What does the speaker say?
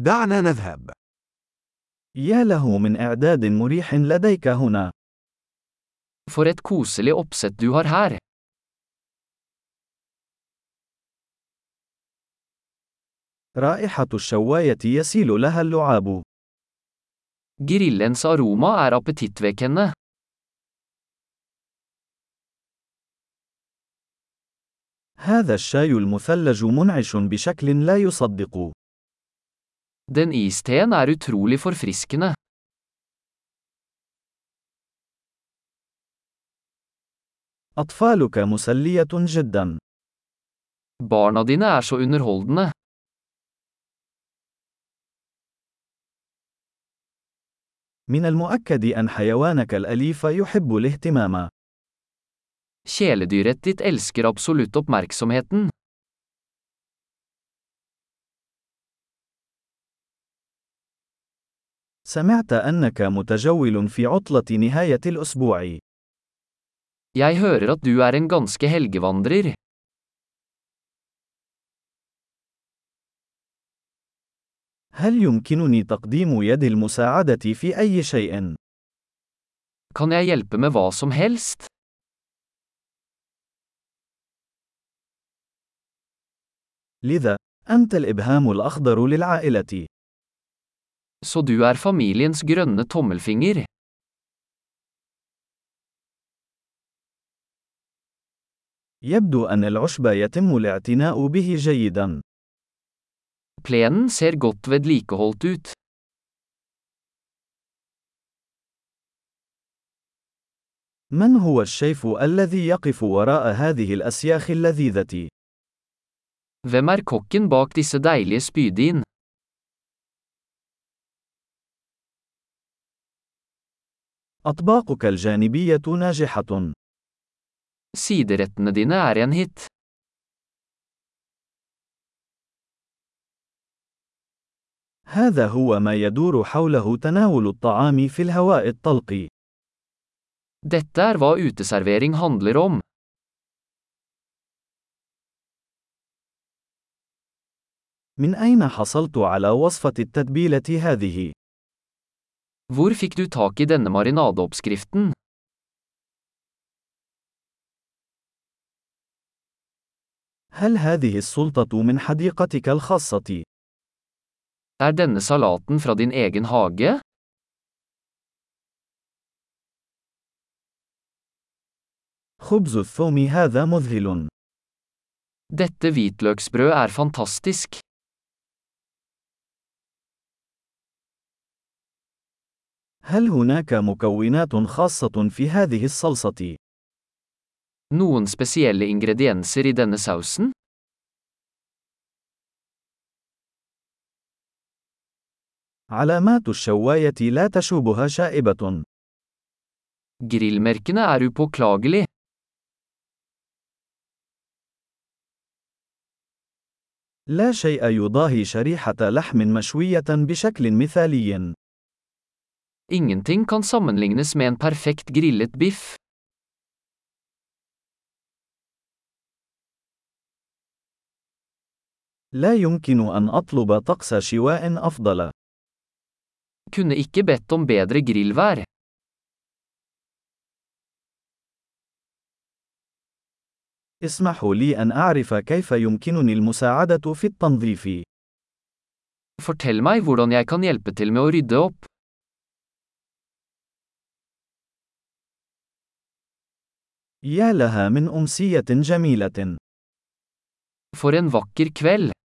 دعنا نذهب. يا له من إعداد مريح لديك هنا. For et koselig oppsett du har her. رائحة الشواية يسيل لها اللعاب. Grillens aroma er appetittvekkende. هذا الشاي المثلج منعش بشكل لا يصدق. Den isteen er utrolig forfriskende. أطفالك مسلية جدا. Barna dine er så underholdende. من المؤكد أن حيوانك الأليف يحب الاهتمام. Kjæledyret ditt elsker absolutt oppmerksomheten. سمعت أنك متجول في عطلة نهاية الأسبوع. Jeg hører at du er en ganske helgevandrer. هل يمكنني تقديم يد المساعدة في أي شيء؟ Kan jeg hjelpe med hva som helst? لذا، أنت الإبهام الأخضر للعائلة. Så du er familiens grønne tommelfinger. يبدو أن العشب يتم الاعتناء به جيدا. Plenen ser godt vedlikeholdt ut. من هو الشيف الذي يقف وراء هذه الأسياخ اللذيذة؟ Hvem er kokken bak disse deilige spydin? أطباقك الجانبية ناجحة. Siderettene dine er en hit. هذا هو ما يدور حوله تناول الطعام في الهواء الطلق. Dette er hva uteservering handler om. من أين حصلت على وصفة التتبيلة هذه؟ Hvor fikk du tak i denne marinadeoppskriften? هل هذه السلطة من حديقتك الخاصة؟ Er denne salaten fra din egen hage? خبز الثوم هذا مذهل. Dette hvitløksbrød er fantastisk. هل هناك مكونات خاصة في هذه الصلصة؟ Noen spesielle ingredienser i denne sausen? علامات الشواية لا تشوبها شائبة. Grillmerkene er upåklagelig. لا شيء يضاهي شريحة لحم مشوية بشكل مثالي. Ingenting kan sammenlignes med en perfekt grillet biff. لا يمكن أن أطلب طقس شواء أفضل. Kunne ikke bedt om bedre grillvær. اسمحوا لي أن أعرف كيف يمكنني المساعدة في التنظيف. Fortell meg hvordan jeg kan hjelpe til med å rydde opp. يا لها من أمسية جميلة. For en vakker kveld.